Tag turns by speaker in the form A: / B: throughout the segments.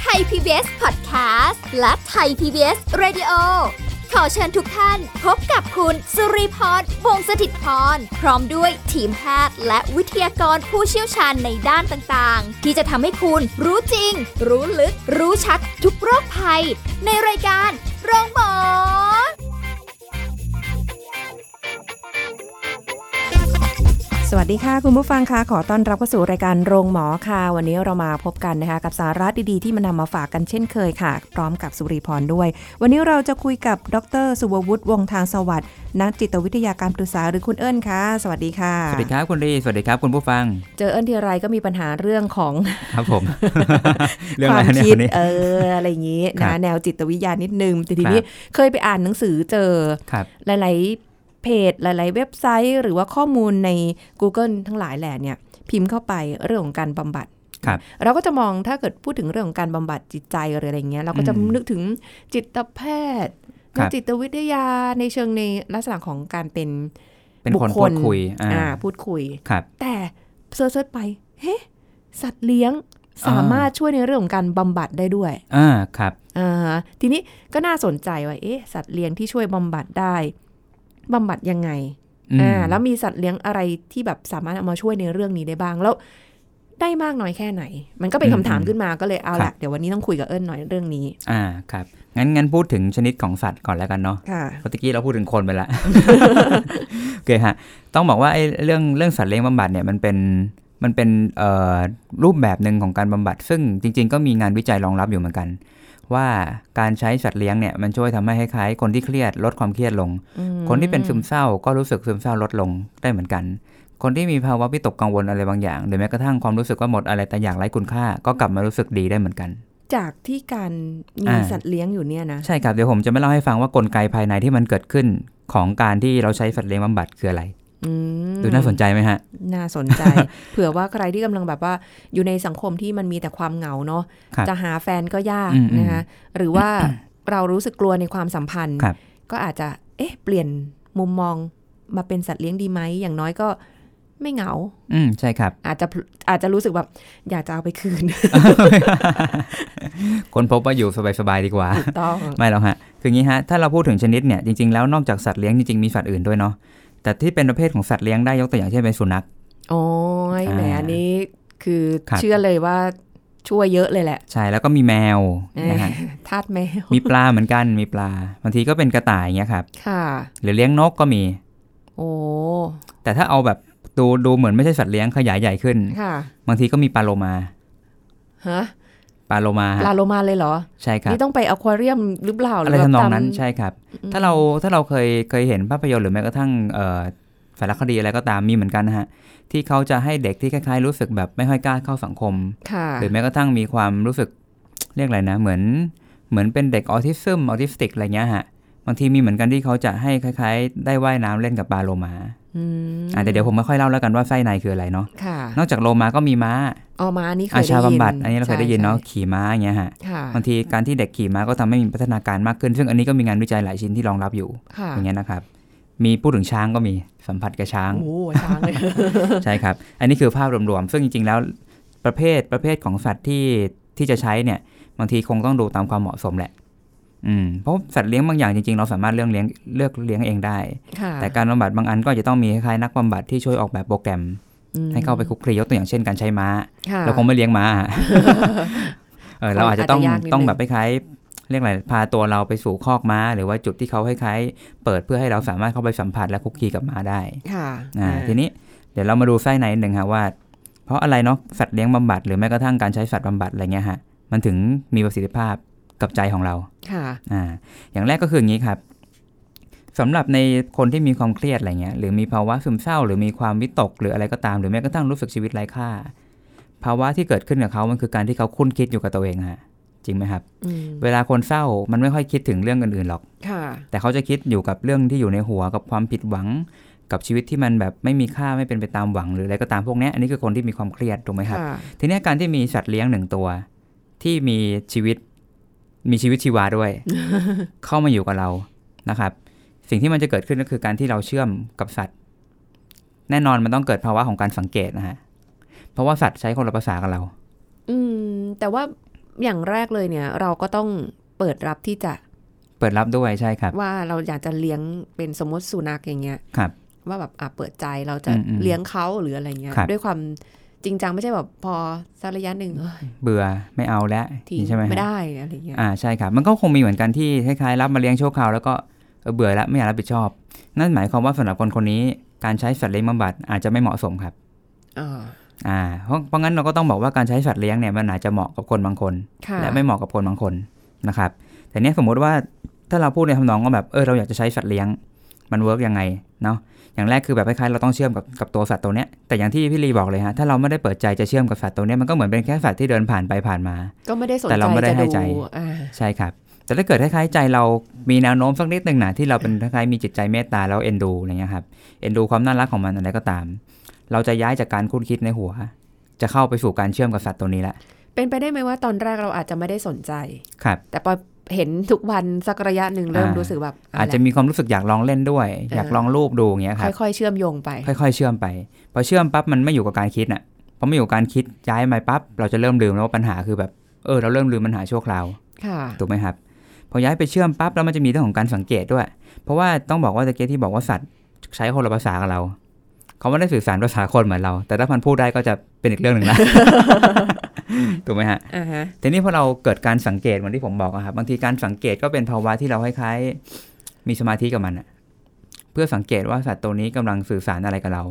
A: ไทย PBS Podcast และไทย PBS Radio ขอเชิญทุกท่านพบกับคุณสุริพรวงศสถิตพร พร้อมด้วยทีมแพทย์และวิทยากรผู้เชี่ยวชาญในด้านต่างๆ ที่จะทำให้คุณรู้จริง รู้ลึก รู้ชัดทุกโรคภัย ในรายการโรงพยาบาล
B: สวัสดีค่ะคุณผู้ฟังค่ะขอต้อนรับเข้าสู่รายการโรงหมอค่ะ วันนี้เรามาพบกันนะคะ กับสาระดีๆที่มานำมาฝากกันเช่นเคยค่ะ พร้อมกับสุริพรด้วย วันนี้เราจะคุยกับดรสุวัวุฒิวงศ์ทางสวัสดิ์นักจิตวิทยาการปรึกษาหรือคุณเอิญค่ะ สวัสดีค่ะ
C: สวัสดีครับคุณรีสวัสดีครับคุณผู้ฟัง
B: เจอเอิญทีไรก็มีปัญหาเรื่องของ
C: ครับ ผม เรื่อง
B: ค
C: อะ
B: วา
C: ไร
B: ม
C: เนี่ย
B: คิ
C: ค
B: ด
C: นนี้
B: เอออะไรอย่างนี้
C: ครั
B: นะ
C: บ
B: แนวจิตวิทยานิดนึงแต่ทีนี้
C: ครับ
B: เคยไปอ่านหนังสือเจอ
C: ครับ
B: หลาย ๆ เพจ หลาย ๆ เว็บไซต์ หรือว่าข้อมูลใน Google ทั้งหลายแหล่เนี่ย พิมพ์เข้าไปเรื่องของการบำบัด
C: ครับ
B: เราก็จะมองถ้าเกิดพูดถึงเรื่องของการบำบัดจิตใจหรืออะไรเงี้ยเราก็จะ
C: อืม
B: นึกถึงจิตแพทย์
C: ครับ
B: นักจิตวิทยาในเชิงในลักษณะของการเป็น
C: เป็นคน
B: บุ
C: พูดคุยอ่า
B: อ่าพูดคุย
C: ครับ
B: แต่เซิร์ชๆไป เฮ้สัตว์เลี้ยง
C: อ่า
B: สามารถช่วยในเรื่องของการบำบัดได้ด้วย
C: อ่าครับ
B: อ่าทีนี้ก็น่าสนใจว่าเอ๊ะสัตว์เลี้ยงที่ช่วยบำบัดได้บำบัดยังไง
C: อืม
B: อ่าแล้วมีสัตว์เลี้ยงอะไรที่แบบสามารถเอามาช่วยในเรื่องนี้ได้บ้างแล้วได้มากน้อยแค่ไหน มันก็เป็น
C: อืม
B: คำถามขึ้นมาก็เลยเอา
C: ครั
B: ละ
C: บ
B: เดี๋ยววันนี้ต้องคุยกับเอิญหน่อยเรื่องนี้
C: อ่าครับงั้นงั้นพูดถึงชนิดของสัตว์ก่อนแล้วกันเนาะ
B: ค่ะ
C: เพราะตะกี้เราพูดถึงคนไปละ โอเคฮะต้องบอกว่าไอ้เรื่องเรื่องสัตว์เลี้ยงบำบัดเนี่ยมันเป็นมันเป็นเอ่อรูปแบบหนึ่งของการบำบัด ซึ่งจริง ๆ ก็มีงานวิจัยรองรับอยู่เหมือนกัน ว่าการใช้สัตว์เลี้ยงเนี่ยมันช่วยทำให้คล้ายๆคนที่เครียดลดความเครียดลง คนที่เป็นซึมเศร้าก็รู้สึกซึมเศร้าลดลงได้เหมือนกัน คนที่มีภาวะวิตกกังวลอะไรบางอย่าง หรือแม้กระทั่งความรู้สึกว่าหมดอะไรแต่อย่างไร้คุณค่า ก็กลับมารู้สึกดีได้เหมือนกัน
B: จากที่การมี
C: อ่า
B: สัตว์เลี้ยงอยู่เนี่ยนะ
C: ใช่ครับ เดี๋ยวผมจะมาเล่าให้ฟังว่ากลไกภายในที่มันเกิดขึ้นของการที่เราใช้สัตว์เลี้ยงบำบัดคืออะไร
B: อืม
C: ดูน่าสนใจไหมฮะ
B: น่าสนใจ เผื่อว่าใครที่กำลังแบบว่าอยู่ในสังคมที่มันมีแต่ความเหงาเนาะ
C: ครับ
B: จะหาแฟนก็ยาก
C: อืมอืม
B: นะคะหรือ ว่า เรารู้สึกกลัวในความสัมพันธ์
C: ครับ
B: ก็อาจจะเอ๊ะเปลี่ยนมุมมองมาเป็นสัตว์เลี้ยงดีไหมอย่างน้อยก็ไม่เหงา
C: อืมใช่ครับ
B: อาจจะอาจจะรู้สึกแบบอยากจะเอาไปคื น
C: คนพบว่าอยู่สบายๆดีก ว่า
B: ถูกต้อง
C: ไม่หรอกฮะ คืองี้ฮะ ถ้าเราพูดถึงชนิดเนี่ย จริงๆ แล้วนอกจากสัตว์เลี้ยงจริงๆ มีสัตว์อื่นด้วยเนาะ แต่ที่เป็นประเภทของสัตว์เลี้ยงได้ยกตัวอย่างเช่นเป็นสุนัข
B: โอ้ย
C: อ่า
B: แหมอันนี้คือ
C: ครับ
B: เชื่อเลยว่าช่วยเยอะเลยแหละ
C: ใช่ แล้วก็มีแมวนะฮะ
B: ทาดแมว
C: มีปลาเหมือนกัน มีปลา บางทีก็เป็นกระต่ายอย่างเงี้ยครับ
B: ค่ะ
C: หรือเลี้ยงนกก็มี
B: โอ้
C: แต่ถ้าเอาแบบดูดูเหมือนไม่ใช่สัตว์เลี้ยงขยายใหญ่ขึ้น
B: ค่ะ
C: บางทีก็มีปลาโลมา
B: ฮะ
C: ปลาโลมาฮะ
B: ปลาโลมาเลยเหรอ
C: ใช่ครับ
B: นี่ต้องไปอควาเรียมหรือเปล่าห
C: อะไรทำนองนั้น
B: แบบตาม
C: ใช่ครับ ถ้าเราถ้าเราเคยเคยเห็นภาพยนตร์หรือแม้กระทั่งเอ่อสารคดีอะไรก็ตามมีเหมือนกันนะฮะที่เขาจะให้เด็กที่คล้ายๆรู้สึกแบบไม่ค่อยกล้าเข้าสังคม
B: ค่ะ
C: หรือแม้กระทั่งมีความรู้สึก เรียกอะไรนะ เหมือนเหมือนเป็นเด็กออทิซึมออทิสติกอะไรเงี้ยฮะบางทีมีเหมือนกันที่เขาจะให้คล้ายๆ ได้ว่ายน้ำเล่นกับปลาโลมา
B: มา
C: แต่เดี๋ยวผมไม่ค่อยเล่าแล้วกันว่าไส้ในคืออะไรเนาะ
B: ค่ะ
C: นอกจากโลมาก็มีม้า
B: เอามาอันนี้เค
C: อาย
B: ได้
C: ชา
B: ยิน
C: บำบัดอันนี้เราเคยได้ยินเนาะ
B: ใช่
C: ขี่ม้าอย่างเงี้ยฮะ
B: ใช่ค่ะ
C: บางทีการที่เด็กขี่ม้าก็ทำให้มีพัฒนาการมากขึ้น ซึ่งอันนี้ก็มีงานวิจัยหลายชิ้นที่รองรับอยู่
B: ค่ะ
C: อย่างเงี้ยนะครับ มีพูดถึงช้างก็มีสัมผัสกับ ช้าง
B: โอ้โหช้างเลย
C: ใช่ครับ อันนี้คือภาพรวมๆซึ่งจริงๆแล้วประเภทประเภทของสัตว์ที่ที่จะใช้เนี่ย บางทีคงต้องดูตามความเหมาะสมแหละ อืมเพราะสัตว์เลี้ยงบางอย่างจริงๆ เราสามารถเลือกเลี้ยงเลือกเลี้ยงเองได้
B: ค่ะ
C: แต่การบำบัดบางอันก็อาจจะต้องมีคล้ายๆนักบำบัดที่ช่วยออกแบบโปรแกรม
B: อืม
C: ให้เข้าไปคลุกคลียกตัวอย่างเช่นการใช้ม้า
B: ค่ะ
C: เราคงไม่เลี้ยงม้าอะ เออเราอาจจะต้อง
B: อาจจะยากนิดนึง
C: ต้องแบบคล้ายๆเรียกอะไรพาตัวเราไปสู่คอกม้า หรือว่าจุดที่เขาคล้ายๆเปิดเพื่อให้เราสามารถเข้าไปสัมผัสและคุกคีกับม้าได้
B: ค่ะ
C: อ่า
B: อ่า
C: ทีนี้เดี๋ยวเรามาดูไส้ในหนึ่งฮะว่า เพราะอะไรเนาะสัตว์เลี้ยงบำบัดหรือแม้กระทั่งการใช้สัตว์บำบัดอะไรเงี้ยฮะมันถึงมีประสิทธิภาพกับใจของเรา
B: ค่ะ
C: อ่าอย่างแรกก็คืออย่างนี้ครับสำหรับในคนที่มีความเครียดอะไรเงี้ยหรือมีภาวะซึมเศร้า หรือมีความวิตกหรืออะไรก็ตาม หรือแม้กระทั่งรู้สึกชีวิตไร้ค่า ภาวะที่เกิดขึ้นกับเขา มันคือการที่เขาคุ้นคิดอยู่กับตัวเองฮะ จริงไหมครับ
B: อืม
C: เวลาคนเศร้า มันไม่ค่อยคิดถึงเรื่องอื่นๆหรอก
B: ค่ะ
C: แต่เขาจะคิดอยู่กับเรื่องที่อยู่ในหัว กับความผิดหวัง กับชีวิตที่มันแบบไม่มีค่าไม่เป็นไปตามหวังหรืออะไรก็ตามพวกเนี้ยอันนี้คือคนที่มีความเครียดถูกไหมครับ
B: ค่ะ
C: ทีเนี้ยการที่มีสัตว์เลี้ยงหนึ่งตัว ที่มี ชีวิตมีชีวิตชีวาด้วย เข้ามาอยู่กับเรานะครับ สิ่งที่มันจะเกิดขึ้นก็คือการที่เราเชื่อมกับสัตว์ แน่นอนมันต้องเกิดภาวะของการสังเกตนะฮะเพราะว่าสัตว์ใช้คนละภาษากับเรา
D: อืม แต่ว่าอย่างแรกเลยเนี่ย เราก็ต้องเปิดรับที่จะ
C: เปิดรับด้วยใช่ครับ
D: ว่าเราอยากจะเลี้ยงเป็นสมมติสุนัขอย่างเงี้ย
C: ครับ
D: ว่าแบบอ่ะเปิดใจเราจะ
C: อืมอืม
D: เลี้ยงเขาหรืออะไรเงี้ย
C: ครับ
D: ด้วยความจริงจังไม่ใช่แบบพอสักระยะหนึ่งเอ้ย
C: เบื่อไม่เอาแล้ว
D: ทิ้ง
C: ใช่ไหมฮะ
D: ไม่ได้อะไรเงี้ย
C: อ่าใช่ครับ มันก็คงมีเหมือนกันที่คล้ายๆรับมาเลี้ยงชั่วคราวแล้วก็เออเบื่อแล้วไม่อยากรับผิดชอบ นั่นหมายความว่าสำหรับคนคนนี้การใช้สัตว์เลี้ยงบำบัดอาจจะไม่เหมาะสมครับ
D: อ่า
C: อ่าเพราะเพราะงั้นเราก็ต้องบอกว่าการใช้สัตว์เลี้ยงเนี่ยมันอาจจะเหมาะกับคนบางคน
D: ค่ะ
C: และไม่เหมาะกับคนบางคนนะครับแต่เนี้ยสมมุติว่าถ้าเราพูดในทำนองว่าแบบเออเราอยากจะใช้สัตว์เลี้ยงมันเวิร์กยังไงเนาะอย่างแรกคือแบบคล้ายๆเราต้องเชื่อมกับกับตัวสัตว์ตัวเนี้ยแต่อย่างที่พี่ลีบอกเลยฮะถ้าเราไม่ได้เปิดใจจะเชื่อมกับสัตว์ตัวเนี้ยมันก็เหมือนเป็นแค่สัตว์ที่เดินผ่านไปผ่านมา
D: ก็ไม่ได้สน
C: แต่
D: ใจ
C: เราไม่ได้
D: จะ
C: ให้ใจ
D: ดูอ่า
C: ใช่ครับ แต่ถ้าเกิดคล้ายๆใจเรามีแนวโน้มสักนิดหนึ่งนะที่เรา เป็นคล้ายๆมีจิตใจเมตตาแล้วเอ็นดูอะไรเงี้ยครับเอ็นดูความน่ารักของมันอะไรก็ตาม เราจะย้ายจากการคุ้นคิดในหัว จะเข้าไปสู่การเชื่อมกับสัตว์ตัวนี้ละ
D: เป็นไปได้ไหมว่าตอนแรกเราอาจจะไม่ได้สนใจ
C: ครับ
D: แต่พอเห็นทุกวันสักระยะหนึ่งเริ่ม
C: อ่ารู้
D: รู้สึกแบบเ
C: อาจจะมีความรู้สึกอยากลองเล่นด้วย อยากลองรูปดูอย่างเงี้ยครับ
D: ค่อยๆ เชื่อมโยงไป
C: ค่อยๆ เชื่อมไป พอเชื่อมปั๊บมันไม่อยู่กับการคิดน่ะพอไม่อยู่กับการคิดย้ายมาปั๊บเราจะเริ่มลืมแล้วว่าปัญหาคือแบบเออเราเริ่มลืมปัญหาชั่วคราว
D: ค่ะ
C: ถูกไหมครับพอย้ายไปเชื่อมปั๊บแล้วมันจะมีเรื่องของการสังเกตด้วย เพราะว่าต้องบอกว่าตะเกียที่บอกว่าสัตว์ใช้คนละภาษากับเรา เขาไม่ได้สื่อสารภาษาคนเหมือนเรา แต่ถ้ามันพูดได้ก็จะเป็นอีกเรื่องหนึ่ง นะ ถูกไหมฮะ
D: อ่าฮะ
C: ทีนี้พอเราเกิดการสังเกตเหมือนที่ผมบอกอะครับบางทีการสังเกตก็เป็นภาวะที่เราคล้ายๆมีสมาธิกับมันอะเพื่อสังเกตว่าสัตว์ตัวนี้กำลังสื่อสารอะไรกับเรา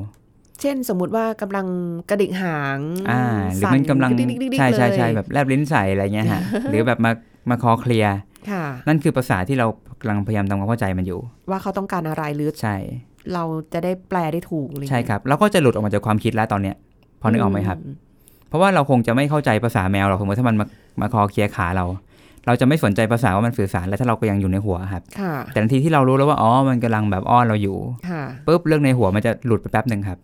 D: เช่นสมมุติว่ากำลังกระดิกหาง
C: อ่า หรือมันกำลัง
D: สั่นดิ๊กๆๆๆ
C: ใช่ใช่ใช่
D: เลย
C: แบบแลบลิ้นใส่อะไรเงี้ยฮะ หรือแบบมามาคอเคลียร์
D: ค่ะ
C: นั่นคือภาษาที่เรากำลังพยายามทำความเข้าใจมันอยู่
D: ว่าเขาต้องการอะไรหรือ
C: ใช่
D: เราจะได้แปลได้ถูกอะไอย่าง
C: ใช่
D: เงี้ย
C: ครับแล้วก็จะหลุดออกมาจากความคิดแล้วตอนเนี้ยพอนึกออกไหมครับ เพราะว่าเราคงจะไม่เข้าใจภาษาแมวหรอกสมมติถ้ามันมามาคอเคลียร์ขาเรา เราจะไม่สนใจภาษาว่ามันสื่อสารแล้วถ้าเราก็ยังอยู่ในหัวครับ
D: ค่ะ
C: แต่ทันทีที่เรารู้แล้วว่าอ๋อมันกำลังแบบอ้อนเราอยู่
D: ค่ะ
C: ปุ๊บเรื่องในหัวมันจะหลุดไปแป๊บหนึ่งครับ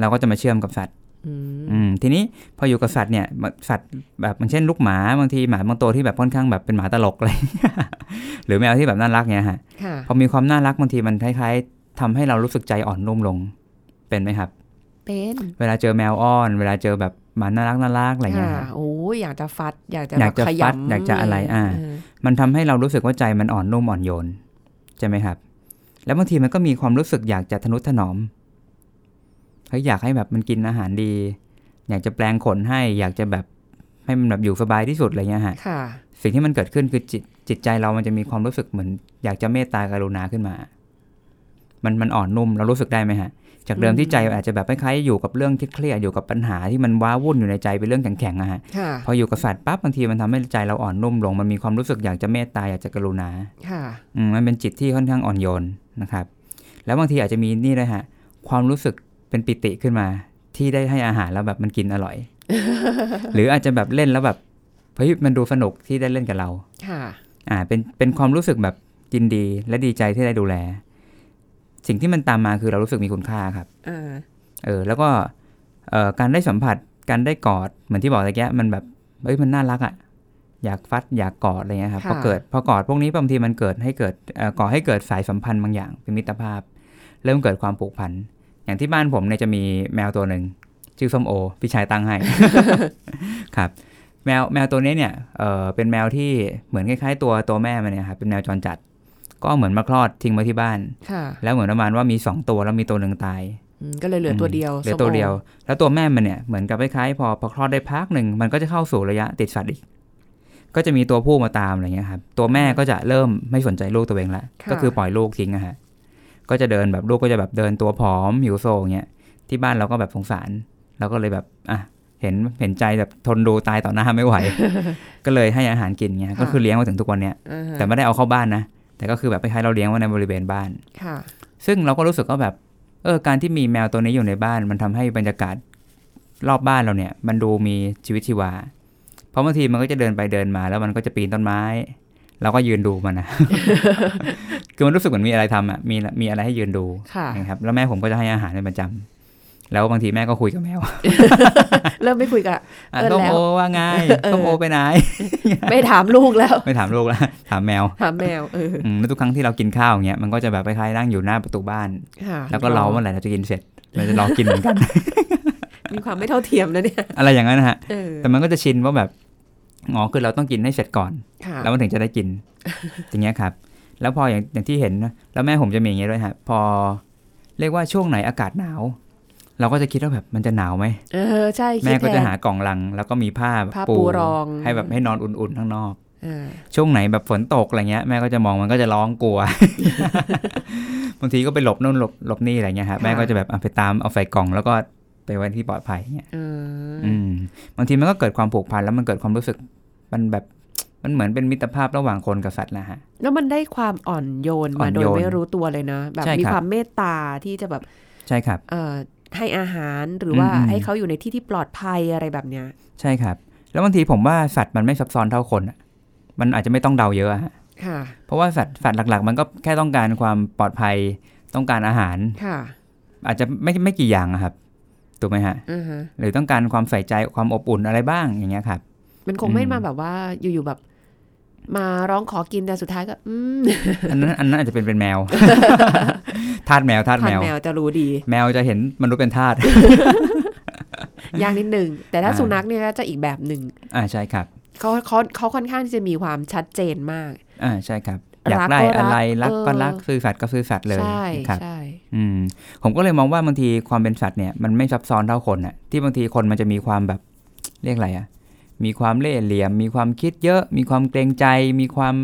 C: เราก็จะมาเชื่อมกับสัตว์
D: อืม
C: อืมทีนี้พออยู่กับสัตว์เนี่ยสัตว์แบบมันเช่นลูกหมาบางทีหมาบางตัวที่แบบค่อนข้างแบบเป็นหมาตลกอะไร หรือแมวที่แบบน่ารักเนี่ยฮะ
D: ค่ะ
C: พอมีความน่ารักบางทีมันคล้ายๆทำให้เรารู้สึกใจอ่อนนุ่มลงเป็นไหมครับ
D: เป็น
C: เวลาเจอแมวอ้อน เวลาเจอแบบหมาน่ารักน่ารักอะไรเงี้ย
D: ค่ะ
C: ครับ
D: โอ้ยอยากจะฟัด อยากจะ
C: อยากจะ
D: แบบข
C: ฟัด
D: ยำ
C: อยากจะอะไรอ่า
D: เ
C: มันทำให้เรารู้สึกว่าใจมันอ่อนนุ่มอ่อนโยนใช่ไหมครับ แล้วบางทีมันก็มีความรู้สึกอยากจะทนุถนอมเฮ้ยอยากให้แบบมันกินอาหารดี อยากจะแปลงขนให้ อยากจะแบบให้มันแบบอยู่สบายที่สุดอะไรเงี้ยฮะ
D: ค่ะ
C: สิ่งที่มันเกิดขึ้นคือจิตจิตใจเรามันจะมีความรู้สึกเหมือน อยากจะเมตตากรุณาขึ้นมา มันมันอ่อนนุ่มเรารู้สึกได้ไหมฮะ จากเดิม
D: อืม
C: ที่ใจอาจจะแบบคล้ายๆอยู่กับเรื่องเครียดๆอยู่กับปัญหาที่มันว้าวุ่นอยู่ในใจเป็นเรื่องแข็งๆอะฮะ
D: ค่ะ
C: พออยู่กับสัตว์ปั๊บบางทีมันทำให้ใจเราอ่อนนุ่มลง มันมีความรู้สึกอยากจะเมตตาอยากจะกรุณา
D: ค่ะ
C: อืมมันเป็นจิตที่ค่อนข้างอ่อนโยนนะครับ แล้วบางทีอาจจะมีนี่ด้วยฮะ ความรู้สึกเป็นปิติขึ้นมา ที่ได้ให้อาหารแล้วแบบมันกินอร่อย หรืออาจจะแบบเล่นแล้วแบบเฮ้ยมันดูสนุกที่ได้เล่นกับเรา
D: ค่ะ
C: อ่าเป็นเป็นความรู้สึกแบบยินดีและดีใจที่ได้ดูแล สิ่งที่มันตามมาคือเรารู้สึกมีคุณค่าครับ
D: อ่า
C: เออแล้วก็เอ่อการได้สัมผัสการได้กอดเหมือนที่บอกตะกี้มันแบบเอ้ยมันน่ารักอะ่ะอยากฟัดอยากกอดอะไรเงี้ยครับ
D: ค่ะ
C: พอเกิดพอกอดพวกนี้บางทีมันเกิดให้เกิดเอ่อก่อให้เกิดสายสัมพันธ์บางอย่างเป็นมิตรภาพ เริ่มเกิดความผูกพันอย่างที่บ้านผมเนี่ยจะมีแมวตัวหนึ่งชื่อส้มโอพี่ชายตั้งให้ ครับแมวแมวตัวนี้เนี่ยเออเป็นแมวที่เหมือนคล้ายๆ ตัวตัวแม่มันเนี่ยครับเป็นแมวจรจัด ก็เหมือนมาคลอดทิ้งไว้ที่บ้าน
D: ค่ะ
C: แล้วเหมือนประมาณว่ามีสองตัวแล้วมีตัวหนึ่งตาย
D: อืมก็เลยเหลือตัวเดียว
C: เหลือ
D: ส้มโ
C: ตัวเดียว แล้วตัวแม่มันเนี่ยเหมือนกับคล้ายๆพอพอคลอดได้พักหนึ่งมันก็จะเข้าสู่ระยะติดสัตว์อีก ก็จะมีตัวผู้มาตามอะไรเงี้ยครับ ตัวแม่ก็จะเริ่มไม่สนใจลูกตัวเองละ
D: ค่ะ
C: ก็คือปล่อยลูกทิ้งอะฮะ ก็จะเดินแบบลูกก็จะแบบเดินตัวผอมหิวโซงเงี้ย ที่บ้านเราก็แบบสงสารเราก็เลยแบบอ่ะเห็นเห็นใจแบบทนดูตายต่อหน้า ไม่ไหว ก็เลยให้อาหารกินเงี้ย ก็คือเลี้ยงมาถึงทุกวันเนี้ย
D: อ่าฮะ
C: แต่ไม่ได้เอาเข้าบ้านนะ แต่ก็คือแบบคล้ายๆเราเลี้ยงไว้ในบริเวณบ้าน
D: ค่ะ
C: ซึ่งเราก็รู้สึกว่าแบบ เออ การที่มีแมวตัวนี้อยู่ในบ้าน มันทำให้บรรยากาศรอบบ้านเราเนี่ย มันดูมีชีวิตชีวา เพราะบางทีมันก็จะเดินไปเดินมา แล้วมันก็จะปีนต้นไม้ เราก็ยืนดูมันนะ คือมันรู้สึกเหมือนมีอะไรทำอ่ะ มีมีอะไรให้ยืนดู
D: ค่ะ
C: นะครับ แล้วแม่ผมก็จะให้อาหารเป็นประจำ แล้วบางทีแม่ก็คุยกับแมว
B: เริ่มไม่คุยกับ
C: อ่ะ
B: เออ
C: ต้อง
B: แล้ว
C: โอว่าไง
B: เออ
C: ต้องโอไปไหน
B: ไม่ถามลูกแล้ว
C: ไม่ถามลูกละถามแมว
B: ถามแมวเออ
C: อืมแล้วทุกครั้งที่เรากินข้าวอย่างเงี้ยมันก็จะแบบคล้ายๆนั่งอยู่หน้าประตูบ้าน
B: ค่ะ
C: แล้วก็รอเมื่อไหร่เราจะกินเสร็จเราจะรอกินเหมือนกัน
B: มีความไม่เท่าเทียมนะเนี่ย
C: อะไรอย่างนั้นนะฮะ
B: เออ
C: แต่มันก็จะชินว่าแบบอ๋อคือเราต้องกินให้เสร็จก่อน
B: ค่ะ
C: แล้วมันถึงจะได้ กิน อย่างเงี้ยครับ แล้วพออย่างอย่างที่เห็นนะแล้วแม่ผมจะมีอย่างเงี้ยด้วยฮะ พอเรียกว่าช่วงไหนอากาศหนาว เราก็จะคิดว่าแบบมันจะหนาวไหม
B: เออใช่คิด
C: แม่ก็จะ
B: ทน
C: หากล่องลัง แล้วก็มีผ้า
B: ผ้าปูรอง
C: ให้แบบให้นอนอุ่นๆข้างนอก
B: เออ
C: ช่วงไหนแบบฝนตกอะไรเงี้ยแม่ก็จะมองมันก็จะร้องกลัว บางทีก็ไปหลบนู่นหลบหลบนี่อะไรเงี้ยฮะแม่ก็จะแบบเอาไปตามเอาใส่กล่องแล้วก็ไปไว้ที่ปลอดภัยเงี้ย
B: เอออ
C: อืมบางทีมันก็เกิดความผูกพันแล้วมันเกิดความรู้สึกมันแบบ มันเหมือนเป็นมิตรภาพระหว่างคนกับสัตว์นะฮะ
B: แล้วมันได้ความอ่อนโยน
C: อ่
B: มา
C: อน
B: โดย
C: โยน
B: ไม่รู้ตัวเลยนะแบบ
C: ใช่
B: มี
C: ครับ
B: ความเมตตาที่จะแบบ
C: ใช่ครับ
B: เอ่อให้อาหารหรือว่า
C: อืมอืม
B: ให้เขาอยู่ในที่ที่ปลอดภัยอะไรแบบเนี้ย
C: ใช่ครับ แล้วบางทีผมว่าสัตว์มันไม่ซับซ้อนเท่าคนอะมันอาจจะไม่ต้องเดาเยอะอะฮะ
B: ค่ะ
C: เพราะว่าสัตว์สัตว์หลัก ๆ มันก็แค่ต้องการความปลอดภัยต้องการอาหาร
B: ค่ะ
C: อาจจะไม่ไม่กี่อย่างอะครับถูกไหมฮะ
B: อือฮะ
C: หรือต้องการความใส่ใจความอบอุ่นอะไรบ้างอย่างเงี้ยครับ
B: มันคงไม่
C: อืม
B: มาแบบว่าอยู่ๆแบบ มาร้องขอกินแต่สุดท้ายก็ อืม
C: อันนั้นอันนั้นอาจจะเป็นเป็นแมว ทาสแมวทาส
B: ทา
C: แม
B: น
C: ว
B: แมวจะรู้ดี
C: แมวจะเห็นมนุษ ย์เป็นทาส
B: ยากนิดนึง แต่ถ้า
C: อ่า
B: สุนัขเนี่ยก็จะอีกแบบหนึ่ง
C: อ่าใช่ครับ
B: เขาเขาเขาค่อนข้างที่จะมีความชัดเจนมาก
C: อ่าใช่ครับ อยาก
B: รัก
C: ได้
B: ก็รัก
C: อะไรรักก็
B: เออ
C: รักซื่อสัตย์ก็ซื่อสัตย์เลย
B: ใช่
C: ครับ
B: ใช่
C: อืมผมก็เลยมองว่าบางทีความเป็นสัตว์เนี่ยมันไม่ซับซ้อนเท่าคนอะที่บางทีคนมันจะมีความแบบ เรียกอะไรอะมีความเล่ห์เหลี่ยม มีความคิดเยอะ มีความเกรงใจ มีความ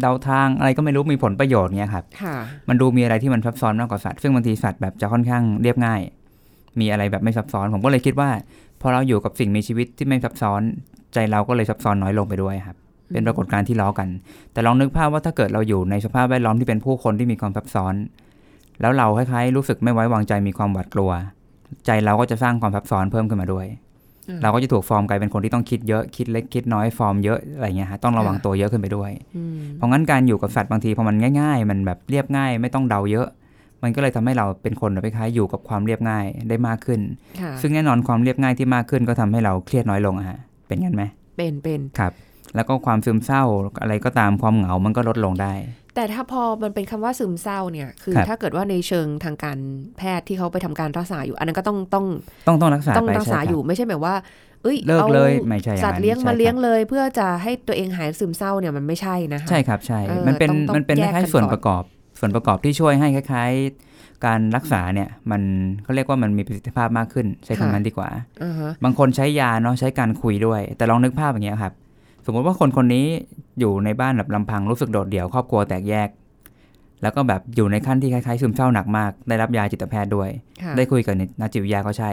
C: เดาทางอะไรก็ไม่รู้มีผลประโยชน์เนี่ยครับ
B: ค่ะ
C: มันดูมีอะไรที่มันซับซ้อนมากกว่าสัตว์ซึ่งบางทีสัตว์แบบจะค่อนข้างเรียบง่าย มีอะไรแบบไม่ซับซ้อน ผมก็เลยคิดว่า พอเราอยู่กับสิ่งมีชีวิตที่ไม่ซับซ้อน ใจเราก็เลยซับซ้อนน้อยลงไปด้วยครับ เป็นปรากฏการณ์ที่ล้อกัน แต่ลองนึกภาพว่าถ้าเกิดเราอยู่ในสภาพแวดล้อมที่เป็นผู้คนที่มีความซับซ้อน แล้วเราคล้ายๆรู้สึกไม่ไว้วางใจมีความหวาดกลัว ใจเราก็จะสร้างความซับซ้อนเพิ่มขึ้นมาด้วย
B: อืม
C: เราก็จะถูกฟอร์มกลายเป็นคนที่ต้องคิดเยอะคิดเล็กคิดน้อยฟอร์มเยอะอะไรเงี้ยฮะต้องระวังตัวเยอะขึ้นไปด้วย
B: อืม
C: เพราะงั้นการอยู่กับสัตว์บางทีพอมันง่าย ๆ มันแบบเรียบง่าย ไม่ต้องเดาเยอะ มันก็เลยทำให้เราเป็นคนแบบคล้ายๆอยู่กับความเรียบง่ายได้มากขึ้น
B: ค่ะ
C: ซึ่งแน่นอนความเรียบง่ายที่มากขึ้นก็ทำให้เราเครียดน้อยลงอะฮะเป็นงั้นไหม
B: เป็นเป็น
C: แล้วก็ความซึมเศร้าอะไรก็ตามความเหงา มันก็ลดลงได้
B: แต่ถ้าพอมันเป็นคำว่าซึมเศร้าเนี่ย คือ
C: ครับ
B: ถ้าเกิดว่าในเชิงทางการแพทย์ที่เขาไปทำการรักษาอยู่ อันนั้นก็ต้องต้อง
C: ต้องต้องรักษา
B: ต้อง
C: ไป
B: รักษา
C: ใช่ครับ
B: อยู่ไม่ใช่หมายว่า เอ้ย
C: เลิก
B: อา
C: เลยไม่ใช่อางนั้น
B: สัตว์เลี้ยงมา
C: ใช่ครับ
B: เลี้ยงเลย เพื่อจะให้ตัวเองหายซึมเศร้าเนี่ยมันไม่ใช่นะคะ
C: ใช่ครับใช่
B: เออ
C: มันเป็น
B: ต้องต้อง
C: มันเป็น
B: แย
C: ค
B: ก
C: ล้าย
B: กัน
C: ๆส่วน
B: ก่อน
C: ประกอบ ส่วนประกอบที่ช่วยให้คล้ายๆ การรักษาเนี่ยมันเขาเรียกว่ามันมีประสิทธิภาพมากขึ้น ใช้คำนั้นดีกว่า
B: อ่าฮะ
C: บางคนใช้ยาเนาะใช้การคุยด้วย แต่ลองนึกภาพอย่างเงี้ยครับ สมมติว่าคนคนนี้อยู่ในบ้านแบบลำพังรู้สึกโดดเดี่ยวครอบครัวแตกแยก แล้วก็แบบอยู่ในขั้นที่คล้ายๆซึมเศร้าหนักมาก ได้รับยาจิตแพทย์ด้วย
B: ค่ะ
C: ได้คุยกับนักจิตวิทยาก็ใช่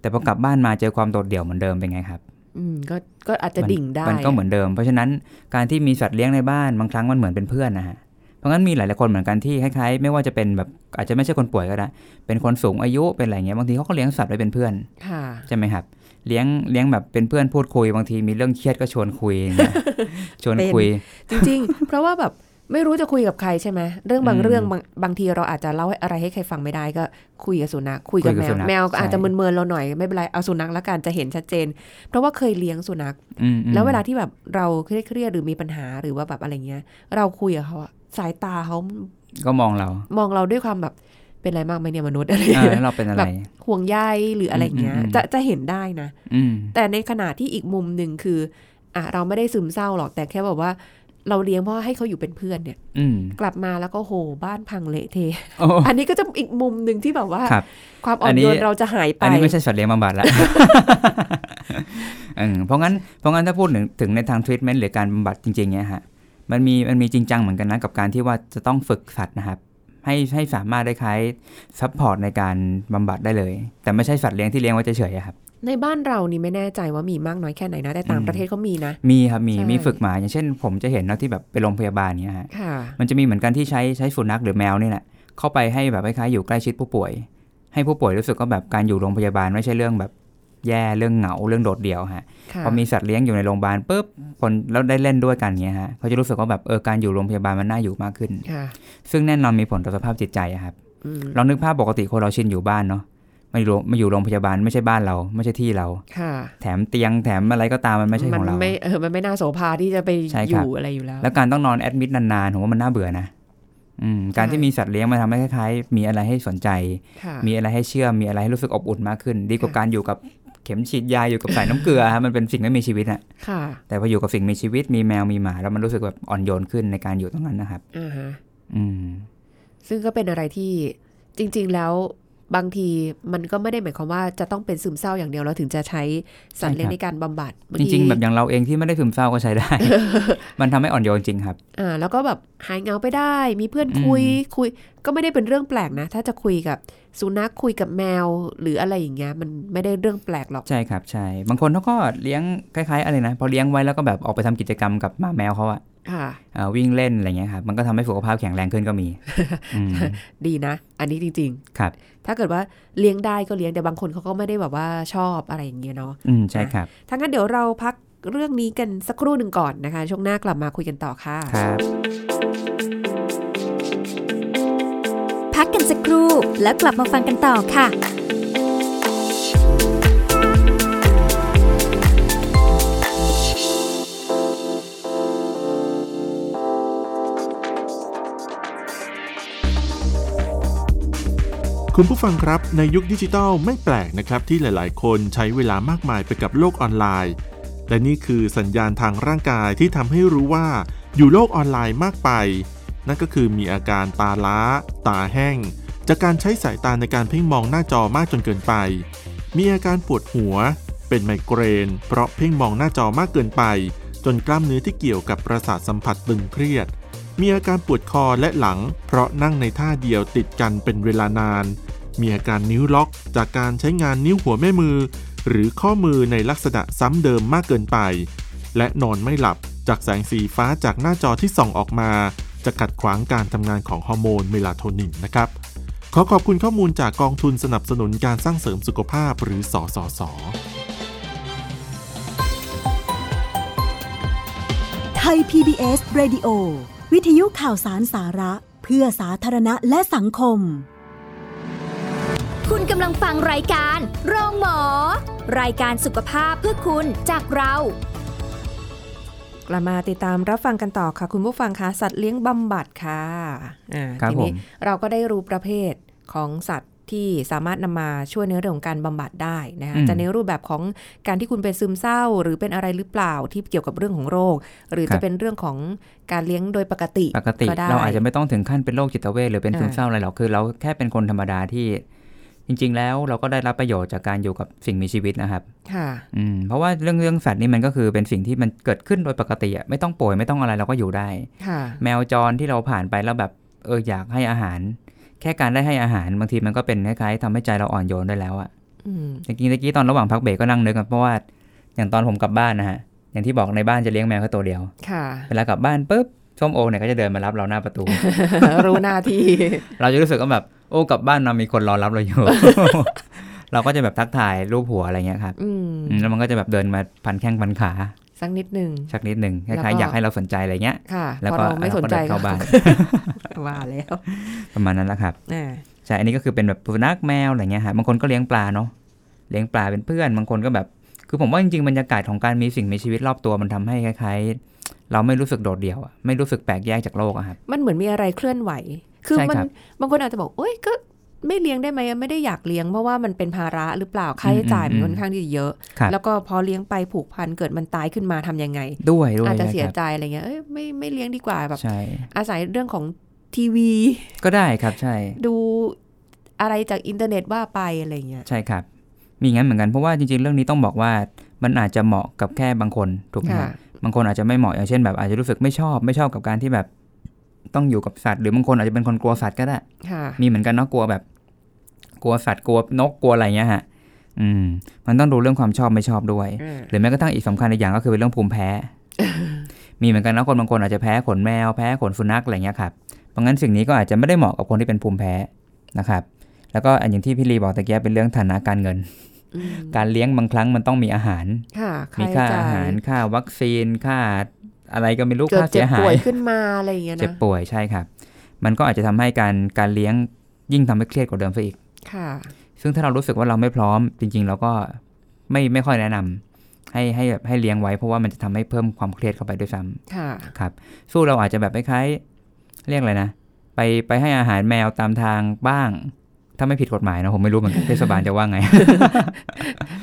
C: แต่พอกลับบ้านมาเจอความโดดเดี่ยวเหมือนเดิมเป็นไงครับ
B: อืมก็ก็อาจจะ
C: มัน
B: ดิ่งได้
C: มันก็เหมือนเดิม เพราะฉะนั้นการที่มีสัตว์เลี้ยงในบ้านบางครั้งมันเหมือนเป็นเพื่อนนะฮะ เพราะงั้นมีหลายๆคนเหมือนกันที่คล้ายๆ ไม่ว่าจะเป็นแบบอาจจะไม่ใช่คนป่วยก็ได้ เป็นคนสูงอายุเป็นอะไรเงี้ยบางทีเขาก็เลี้ยงสัตว์ไว้เป็นเพื่อน
B: ค่ะ
C: ใช่ไหมครับ เลี้ยงเลี้ยงแบบเป็นเพื่อนพูดคุยบางทีมีเรื่องเครียดก็ชวนคุยอย่างเงี้ย ชวนคุย
B: จริงๆ เพราะว่าแบบไม่รู้จะคุยกับใครใช่ไหมเรื่องบาง
C: อืม
B: เรื่องบางบางทีเราอาจจะเล่าให้อะไรให้ใครฟังไม่ได้ก็คุยกับสุนัขคุยกับ
C: คุย
B: แมว
C: กับสุนัข
B: แมวก็อาจจะ
C: ใช่
B: มึนๆเราหน่อยไม่เป็นไรเอาสุนัขละกันจะเห็นชัดเจน เพราะว่าเคยเลี้ยงสุนัข
C: อืมๆ
B: แล้วเวลาที่แบบเราเครียดๆหรือมีปัญหาหรือว่าแบบอะไรเงี้ย เราคุยกับเขาอะสายตาเขา
C: ก็มองเรา
B: มองเราด้วยความแบบเป็นอะไรมากไหมเนี่ยมนุษย์ อะไรอย่าง
C: อ่า
B: เงี้ย
C: แล้วเราเป็นอะไร
B: ห่วงใยหรืออะไรเงี้ย
C: อืมอืม
B: จะจะเห็นได้นะ
C: อืม
B: แต่ในขณะที่อีกมุมหนึ่งคืออ่ะเราไม่ได้ซึมเศร้าหรอกแต่แค่แบบว่า เราเลี้ยงเพราะให้เขาอยู่เป็นเพื่อนเนี่ย
C: อืม
B: กลับมาแล้วก็โหบ้านพังเละเท
C: โอ้
B: อันนี้ก็จะอีกมุมหนึ่งที่แบบว่า
C: ครับ
B: ความอ่อ
C: อั
B: น
C: นนี้
B: โยนเราจะหายไป
C: อันนี้ไม่ใช่สัตว์เลี้ยงบำบัดละ เออเพราะงั้น เพราะงั้นถ้าพูดถึงถึงในทางทรี a เมนต์หรือการบำบัดจริงๆเนี่ยฮะ มันมี มันมีจริงจังเหมือนกันนะกับการที่ว่าจะต้องฝึกสัตว์นะครับ ให้ให้สามารถได้คล้ายซัพพอร์ตในการบำบัดได้เลย แต่ไม่ใช่สัตว์เลี้ยงที่เลี้ยงไว้เฉยๆอะครับ
B: ในบ้านเรานี่ไม่แน่ใจว่ามีมากน้อยแค่ไหนนะ แต่ต่าง
C: อืม
B: ประเทศก็มีนะ
C: มีครับ มี
B: ใช่
C: มีฝึกมา อย่างเช่น ผมจะเห็นนะที่แบบไปโรงพยาบาลเนี่ยฮะ
B: ค่ะ
C: มันจะมีเหมือนกันที่ใช้ใช้สุนัขหรือแมวนี่แหละเข้าไปให้แบบคล้ายๆอยู่ใกล้ชิดผู้ป่วย ให้ผู้ป่วยรู้สึกว่าแบบการอยู่โรงพยาบาลไม่ใช่เรื่องแบบแย่เรื่องเหงาเรื่องโดดเดี่ยวฮะ
B: ค่ะ
C: พอมีสัตว์เลี้ยงอยู่ในโรงพยาบาลปุ๊บคนแล้วได้เล่นด้วยกันเงี้ยฮะเขาจะรู้สึกว่าแบบเออการอยู่โรงพยาบาลมันน่าอยู่มากขึ้น
B: ค่ะ
C: ซึ่งแน่นอนมีผลต่อสภาพจิตใจอะครับ
B: อืม
C: ลองนึกภาพปกติคนเราชินอยู่บ้านเนาะ มาอยู่โรงมาอยู่โรงพยาบาลไม่ใช่บ้านเรา ไม่ใช่ที่เรา
B: ค่ะ
C: แถมเตียงแถมอะไรก็ตามมันไม่ใช่ของเรา
B: นไม่เออมันไม่น่าโสภาที่จะไป
C: ใช่
B: อ
C: ครับ
B: ยู่อะไรอยู่แล้ว
C: แล้วการต้องนอนแอดมิดนานๆผมว่ามันน่าเบื่อนะอืมการ
B: ใช่
C: ที่มีสัตว์เลี้ยงมันทำให้คล้ายๆมีอะไรให้สนใจ
B: ค่ะ
C: มีอะไรให้เชื่อมมีอะไรให้รู้สึกอบอุ่นมากขึ้น ดีกว่า
B: ค่ะ
C: การอยู่กับเข็มฉีดยาอยู่กับสายน้ำเกลือ ฮะมันเป็นสิ่งไม่มีชีวิตอะ
B: ค่ะ
C: แต่พออยู่กับสิ่งมีชีวิตมีแมวมีหมา แล้วมันรู้สึกแบบอ่อนโยนขึ้นในการอยู่ตรงนั้นนะครับ
B: อ่าฮะ
C: อืม
B: ซึ่งก็เป็นอะไรที่จริง ๆ แล้วบางทีมันก็ไม่ได้หมายความว่าจะต้องเป็นซึมเศร้าอย่างเดียวแล้วถึงจะใช้สัตว์เลี้ยง
C: ใช่ครับ
B: ในการบำบัดาง
C: จ
B: ที
C: ริง ๆ แบบอย่างเราเองที่ไม่ได้ซึมเศร้าก็ใช้ได้ มันทำให้อ่อนโยนจริงครับ
B: อ่าแล้วก็แบบหายเหงาไปได้ มีเพื่อนคุยคุย ก็ไม่ได้เป็นเรื่องแปลกนะ ถ้าจะคุยกับสุนัขคุยกับแมว หรืออะไรอย่างเงี้ยมันไม่ได้เรื่องแปลกหรอก
C: ใช่ครับใช่ บางคนเขาก็เลี้ยงคล้ายๆอะไรนะพอเลี้ยงไว้แล้วก็แบบออกไปทำกิจกรรมกับหมาแมวเขาอะ
B: ค่ะ
C: เอ่อวิ่งเล่นอะไรเงี้ยครับมันก็ทำให้สุขภาพแข็งแรงขึ้นก็ มีอืม
B: ดีนะ อันนี้จริง
C: ครับ
B: ถ้าเกิดว่าเลี้ยงได้ก็เลี้ยงแต่บางคนเขาก็ไม่ได้แบบว่าชอบอะไรอย่างเงี้ยเนาะ
C: อืมใช่ครับ
B: ถ้างั้นเดี๋ยวเราพักเรื่องนี้กันสักครู่หนึ่งก่อนนะคะ ช่วงหน้ากลับมาคุยกันต่อค่ะ
C: ครับ
A: พักกันสักครู่แล้วกลับมาฟังกันต่อค่ะ
E: คุณผู้ฟังครับในยุคดิจิทัลไม่แปลกนะครับ ที่หลายๆ คนใช้เวลามากมายไปกับโลกออนไลน์ และนี่คือสัญญาณทางร่างกายที่ทำให้รู้ว่าอยู่โลกออนไลน์มากไป นั่นก็คือมีอาการตาล้า ตาแห้ง จากการใช้สายตาในการเพ่งมองหน้าจอมากจนเกินไป มีอาการปวดหัว เป็นไมเกรน เพราะเพ่งมองหน้าจอมากเกินไป จนกล้ามเนื้อที่เกี่ยวกับประสาทสัมผัสตึงเครียด มีอาการปวดคอและหลัง เพราะนั่งในท่าเดียวติดกันเป็นเวลานาน มีอาการนิ้วล็อกจากการใช้งานนิ้วหัวแม่มือ หรือข้อมือในลักษณะซ้ำเดิมมากเกินไป และนอนไม่หลับจากแสงสีฟ้าจากหน้าจอที่ส่องออกมา จะขัดขวางการทำงานของฮอร์โมนเมลาโทนินนะครับ ขอขอบคุณข้อมูลจากกองทุนสนับสนุนการสร้างเสริมสุขภาพหรือสสส
F: ไทย PBS Radio วิทยุข่าวสารสาระ เพื่อสาธารณะและสังคม
A: คุณกำลังฟังรายการ โรงหมอ รายการสุขภาพเพื่อคุณจากเรา
D: กลับมาติดตามรับฟังกันต่อค่ะ คุณผู้ฟังคะสัตว์เลี้ยงบำบัดค่ะ
B: อ่า
C: ครับ
B: ทีนี้
C: ผม
B: เราก็ได้รู้ประเภทของสัตว์ที่สามารถนำมาช่วยในเรื่องของการบำบัดได้นะคะ
C: อืม
B: จะในรูปแบบของการที่คุณเป็นซึมเศร้า หรือเป็นอะไรหรือเปล่าที่เกี่ยวกับเรื่องของโรค หรือ
C: ครั
B: จะ
C: บ
B: เป็นเรื่องของการเลี้ยงโดยปกติ
C: ปกติ
B: ได้
C: เราอาจจะไม่ต้องถึงขั้นเป็นโรคจิตเวชหรือเป็น
B: อ่า
C: ซึมเศร้าอะไรหรอกคือเราแค่เป็นคนธรรมดาที่ จริง ๆ แล้วเราก็ได้รับประโยชน์จากการอยู่กับสิ่งมีชีวิตนะครับ
B: ค่ะ
C: อืมเพราะว่าเรื่องเรื่องสัตว์นี่มันก็คือเป็นสิ่งที่มันเกิดขึ้นโดยปกติอะไม่ต้องป่วยไม่ต้องอะไรเราก็อยู่ได้
B: ค่ะ
C: แมวจรที่เราผ่านไปแล้วแบบเอออยากให้อาหาร แค่การได้ให้อาหารบางทีมันก็เป็นคล้ายๆทำให้ใจเราอ่อนโยนได้แล้วอะ
B: อืม
C: จริงๆตะกี้ตอนระหว่างพักเบรกก็นั่งนึกอะเพราะว่าอย่างตอนผมกลับบ้านนะฮะอย่างที่บอกในบ้านจะเลี้ยงแมวแค่ตัวเดียว
B: ค่ะ
C: เวลากลับบ้านปุ๊บส้มโอเนี่ยก็จะเดินมารับเราหน้าประ ตู
B: รู้หน้าที่
C: เราจะรู้สึกว่าแบบโอ้กลับบ้านมามีคนรอรับเราอยู่ เราก็จะแบบทักทายรูปหัวอะไรเงี้ยครับ
B: อืม
C: อืมแล้วมันก็จะแบบเดินมาพันแข้งพันขา
B: สักนิดหนึ่ง
C: ชักนิดหนึ่งค
B: แล้วก็
C: ล้ายๆอยากให้เราสนใจอะไรเงี้ย
B: ค่ะ
C: แล้ว
B: พอ
C: ก็
B: เราไม่สนใจ
C: เดิเข้าบ้าน
B: ว่าแล้ว
C: ประมาณนั้นแหละครับ
B: อ่า
C: ใช่อันนี้ก็คือเป็นแบบสุนัขแมวอะไรเงี้ยฮะบางคนก็เลี้ยงปลาเนาะเลี้ยงปลาเป็นเพื่อนบางคนก็แบบ คือผมว่าจริงๆบรรยากาศของการมีสิ่งมีชีวิตรอบตัวมันทำให้คล้ายๆ เราไม่รู้สึกโดดเดี่ยวอะไม่รู้สึกแปลกแยกจากโลกอะครับ
B: มันเหมือนมีอะไรเคลื่อนไหว คือ
C: ใช่
B: มัน
C: ครับ
B: บางคนอาจจะบอกโอ๊ยก็ไม่เลี้ยงได้ไหมไม่ได้อยากเลี้ยงเพราะว่ามันเป็นภาระหรือเปล่าค่าใช้จ่ายมันค่อนข้างที่จะเยอะ
C: ครับ
B: แล้วก็พอเลี้ยงไปผูกพันเกิดมันตายขึ้นมาทำยังไง
C: ด้วยด้วย
B: อาจจะ
C: ใช่
B: เสีย
C: ครับ
B: ใจอะไรเงี้ยเอ้ยไม่ไม่เลี้ยงดีกว่าแบบ
C: ใช่
B: อาศัยเรื่องของทีวี
C: ก็ได้ครับใช่
B: ดูอะไรจากอินเทอร์เน็ตว่าไปอะไรเงี้ย
C: ใช่ครับ มีงั้นเหมือนกัน เพราะว่าจริงๆ เรื่องนี้ต้องบอกว่ามันอาจจะเหมาะกับแค่บางคนถูกไหมค
B: ค่ะ
C: รับบางคนอาจจะไม่เหมาะอย่างเช่นแบบอาจจะรู้สึกไม่ชอบไม่ชอบกับการที่แบบต้องอยู่กับสัตว์ หรือบางคนอาจจะเป็นคนกลัวสัตว์ก็ได้
B: ค่ะ
C: มีเหมือนกันเนาะกลัวแบบ กลัวสัตว์กลัวนกกลัวอะไรเงี้ยฮะ อืม มันต้องดูเรื่องความชอบไม่ชอบด้วย
B: อืม
C: หรือแม้กระทั่งอีกสำคัญอีกอย่างก็คือเป็นเรื่องภูมิแพ้ มีเหมือนกันนะคนบางคนอาจจะแพ้ขนแมวแพ้ขนสุนัขอะไรเงี้ยครับเพราะงั้นสิ่งนี้ก็อาจจะไม่ได้เหมาะกับคนที่เป็นภูมิแพ้นะครับ แล้วก็อันอย่างที่พี่ลีบอกตะเกียบเป็นเรื่องฐานะการเงิน
B: อืม
C: การเลี้ยงบางครั้งมันต้องมีอาหาร
B: ค่ะ
C: มี
B: ใช้
C: ค่า
B: จ่
C: อาหารค่าวัคซีนค่าอะไรก็ไม่รู้
B: เกิด
C: ค่า
B: เจ็
C: เสี
B: บ
C: ยหา
B: ป่วย ยขึ้นมาอะไรเงี้ย
C: เจ็บ
B: นะ
C: ป่วยใช่ครับ มันก็อาจจะทำให้การการเลี้ยงยิ่งทำให้เครียดกว่าเดิมซะอีก
B: ค่ะ
C: ซึ่งถ้าเรารู้สึกว่าเราไม่พร้อม จริง ๆ เราก็ไม่ไม่ค่อยแนะนำให้ให้แบบให้เลี้ยงไว้เพราะว่ามันจะทำให้เพิ่มความเครียดเข้าไปด้วยซ้ำ
B: ค่ะ
C: ครับสู้เราอาจจะแบบคล้ายๆเรียกอะไรนะ ไปไปให้อาหารแมวตามทางบ้าง ถ้าไม่ผิดกฎหมายนะผมไม่รู้เหมือนกัน เทศบาลจะว่าไง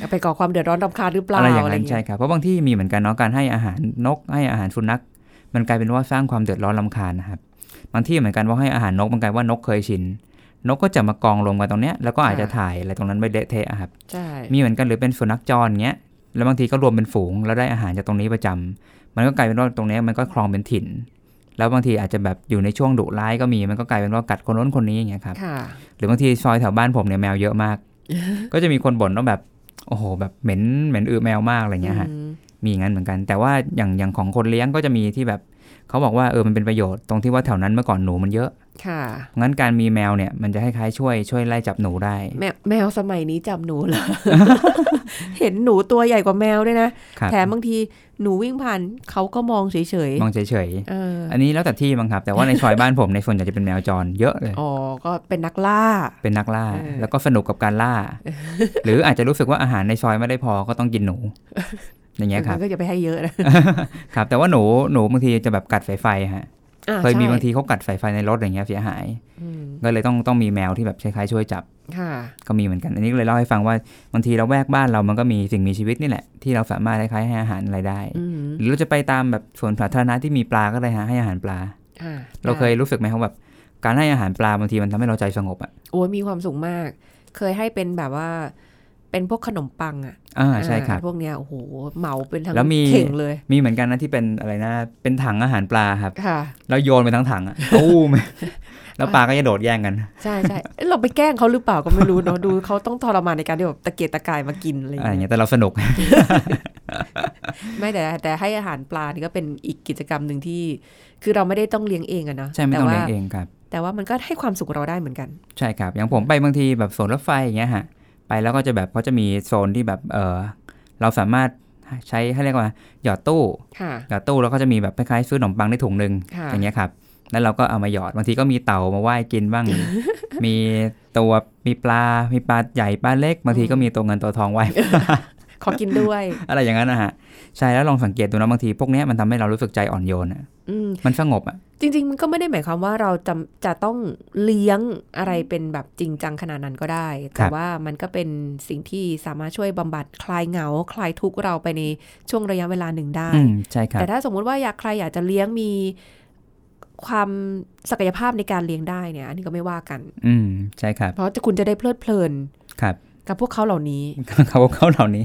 B: ไปก่อความเดือดร้อนรำคาญหรือเปล่า
C: อะไรอย่างนั้น
B: เ
C: ใช่ครับ เพราะบางที่มีเหมือนกันเนาะการให้อาหารนกให้อาหารสุนัขมันกลายเป็นว่าสร้างความเดือดร้อนลำคาญนะครับบางที่เหมือนกันว่าให้อาหารนกมันกลายว่านกเคยชินนกก็จะมากองรวมกันตรงเนี้ยแล้วก็อาจจะถ่ายอะไรตรงนั้นไปเละเทะอะครับ
B: ใช่
C: มีเหมือนกันหรือเป็นสุนัขจรเงี้ย แล้วบางทีก็รวมเป็นฝูง แล้วได้อาหารจากตรงนี้ประจำมันก็กลายเป็นว่าตรงเนี้ยมันก็ครองเป็นถิ่น แล้วบางทีอาจจะแบบอยู่ในช่วงดุร้ายก็มี มันก็กลายเป็นว่ากัดคนโน้นคนนี้อย่างเงี้ยครับ
B: ค่ะ
C: หรือบางทีซอยแถวบ้านผมเนี่ยแมวเยอะ มาก ก็จะมีคนบ่นว่าแบบ โอ้โห แบบเหม็น เหม็นอือแมวมากอะไรเงี้ยฮะ มีอย่างนั้นเหมือนกัน แต่ว่าอย่างอย่างของคนเลี้ยงก็จะมีที่แบบเขาบอกว่าเออ มันเป็นประโยชน์ตรงที่ว่าแถวนั้นเมื่อก่อนหนูมันเยอะ
B: ค่ะ
C: งั้นการมีแมวเนี่ยมันจะคล้ายๆช่วยช่วยไล่จับหนูได้
B: แมวแมวสมัยนี้จับหนู เหรอ เห็นหนูตัวใหญ่กว่าแมวด้วยนะ
C: ครับ
B: แถมบางทีหนูวิ่งผ่านเขาก็มองเฉย
C: มองเฉยๆ
B: ๆเออ
C: อันนี้แล้วแต่ที่มั้งครับ แต่ว่าในซอยบ้านผมในยส่วนใหญ่จะเป็นแมวจรเยอะเลย
B: อ๋อ ก็เป็นนักล่า
C: เป็นนักล่า
B: เออ
C: แล้วก็สนุกกับการล่า หรืออาจจะรู้สึกว่าอาหารในซอยไม่ได้พอก็ต้องกินหนู อย่างเงี้ยครั
B: มั
C: บ
B: นก็จะไปให้เยอะนะครับ
C: แต่ว่าหนูหนูบางทีจะแบบกัดสายไฟฮะ
B: อ่ะ
C: เคยมี
B: ใช่
C: บางทีเขากัดสายไฟในรถอย่างเงี้ยเสียหาย
B: อืม
C: ก็เลยต้องต้องมีแมวที่แบบคล้ายๆช่วยจับ
B: ค่ะ
C: ก็มีเหมือนกัน อันนี้ก็เลยเล่าให้ฟังว่าบางทีเราแวกบ้านเรามันก็มีสิ่งมีชีวิตนี่แหละ ที่เราสามารถคล้ายๆให้อาหารอะไรได้
B: อืม
C: หรือเราจะไปตามแบบสวนสาธารณะที่มีปลาก็ได้ฮะให้อาหารปลา
B: อ่ะ
C: เราเคยรู้สึกไหมครับแบบการให้อาหารปลาบางทีมันทำให้เราใจสงบอะ
B: โอ้ยมีความสุขมาก เคยให้เป็นแบบว่า เป็นพวกขนมปังอ่ะ
C: อ่าใช่ครับ
B: อ่าพวกเนี้ยโอ้โหเหมาเป็นทั้ง
C: แล้วมี
B: เข่งเลย
C: มีเหมือนกันนะที่เป็นอะไรนะ เป็นถังอาหารปลาครับ
B: ค่ะ
C: แล้วโยนไปทั้งถั งอะ ตู้ม แล้วปลาก็จะโดดแย่งกัน
B: ใช่ใช่เอ้ยเราไปแกล้งเขาหรือเปล่าก็ไม่รู้เนาะ ดูเขาต้องทรมานในการที่แบบตะเกียกตะกายมากินอะไรอ
C: อะไรอย่างย่าง
B: เงี้ย
C: เงี้ยแต่เราสนุก
B: ไม่แต่แต่ให้อาหารปลานี่ก็เป็นอีกกิจกรรมหนึ่งที่ คือเราไม่ได้ต้องเลี้ยงเองอะเนาะ
C: ใช่ไม่ต้อง
B: ว่า
C: เลี้ยงเองครับ
B: แต่ว่ามันก็ให้ความสุขเราได้เหมือนกัน
C: ใช่ครับ อย่างผมไปบางทีแบบสวนรถไฟอย่างเงี้ยฮะ ไปแล้วก็จะแบบเขาจะมีโซนที่แบบเออเราสามารถใช้ให้เรียกว่าหยอดตู้
B: ค่ะ
C: หยอดตู้แล้วก็จะมีแบบคล้ายๆซื้อขนมปังได้ถุงหนึ่ง
B: ค่ะ
C: อย่างเงี้ยครับ แล้วเราก็เอามาหยอดบางทีก็มีเต่ามาว่ายกิน บ้าง มีตัวมีปลา มีปลาใหญ่ปลาเล็กบางทีก็มีตัวเงินตัวทองว่าย
B: ขอกินด้วย
C: อะไรอย่างนั้นนะฮะใช่แล้วลองสังเกตดูนะบางทีพวกเนี้ยมันทำให้เรารู้สึกใจอ่อนโยนอะ
B: อืม
C: มันสงบอะ
B: จริง ๆ มันก็ไม่ได้หมายความว่าเราจะจะต้องเลี้ยงอะไรเป็นแบบจริงจังขนาดนั้นก็ได้ แต่ว่ามันก็เป็นสิ่งที่สามารถช่วยบำบัดคลายเหงา คลายทุกข์เราไปในช่วงระยะเวลาหนึ่งได้
C: อืมใช่ครับ
B: แต่ถ้าสมมุติว่าอยากใครอยากจะเลี้ยงมีความศักยภาพในการเลี้ยงได้เนี่ย อันนี้ก็ไม่ว่ากัน
C: อืมใช่ครับ
B: เพราะจะคุณจะได้เพลิดเพลิน
C: ครับ
B: กับพวกเขาเหล่านี้
C: เขาเขาเหล่านี้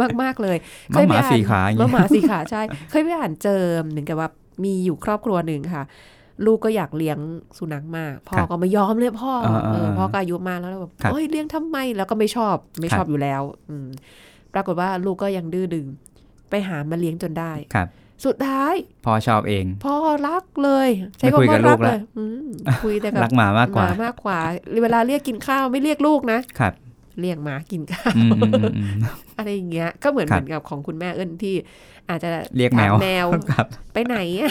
B: มากมากๆเลย
C: ห มาหมาสี่ขาอย่างเงี้ย
B: เมื่อหมาสี่ขาใช่ เคยไปอ่านเจอเหมือนกับว่ามีอยู่ครอบครัวหนึ่งค่ะ ลูกก็อยากเลี้ยงสุนัขมากพ่อก็ไม่ยอมเลยพ่อ
C: ครับ
B: เออ
C: เออ
B: พ่อก็อายุมากแล้วแล้วแบบ
C: ครับ
B: โอ้ยเลี้ยงทำไมแล้วก็ไม่ชอบไม่ชอบ
C: ครับ
B: อยู่แล้ว อืมปรากฏว่าลูกก็ยังดื้อดึงไปหามาเลี้ยงจนได้
C: ครับ
B: สุดท้าย
C: พอชอบเอง
B: พ่อรักเลยใช้
C: ไม่คุย
B: คำว่า
C: กับ
B: รั
C: ลู
B: ก
C: กละ
B: เลยอืมคุยแต่กับ
C: รักหมามากก
B: ห
C: ว่า
B: มามากกว่า เวลาเรียกกินข้าวไม่เรียกลูกนะครับ เรียกหมากินข้าว
C: อืมอืมอืมอืม
B: อะไรอย่างเงี้ยก็เหมือน
C: ครั
B: เห
C: บ
B: มือนกับของคุณแม่เอิญที่ อาจจะ
C: เรียกแมว
B: ถาแมว
C: ครับ
B: ไปไหนอะ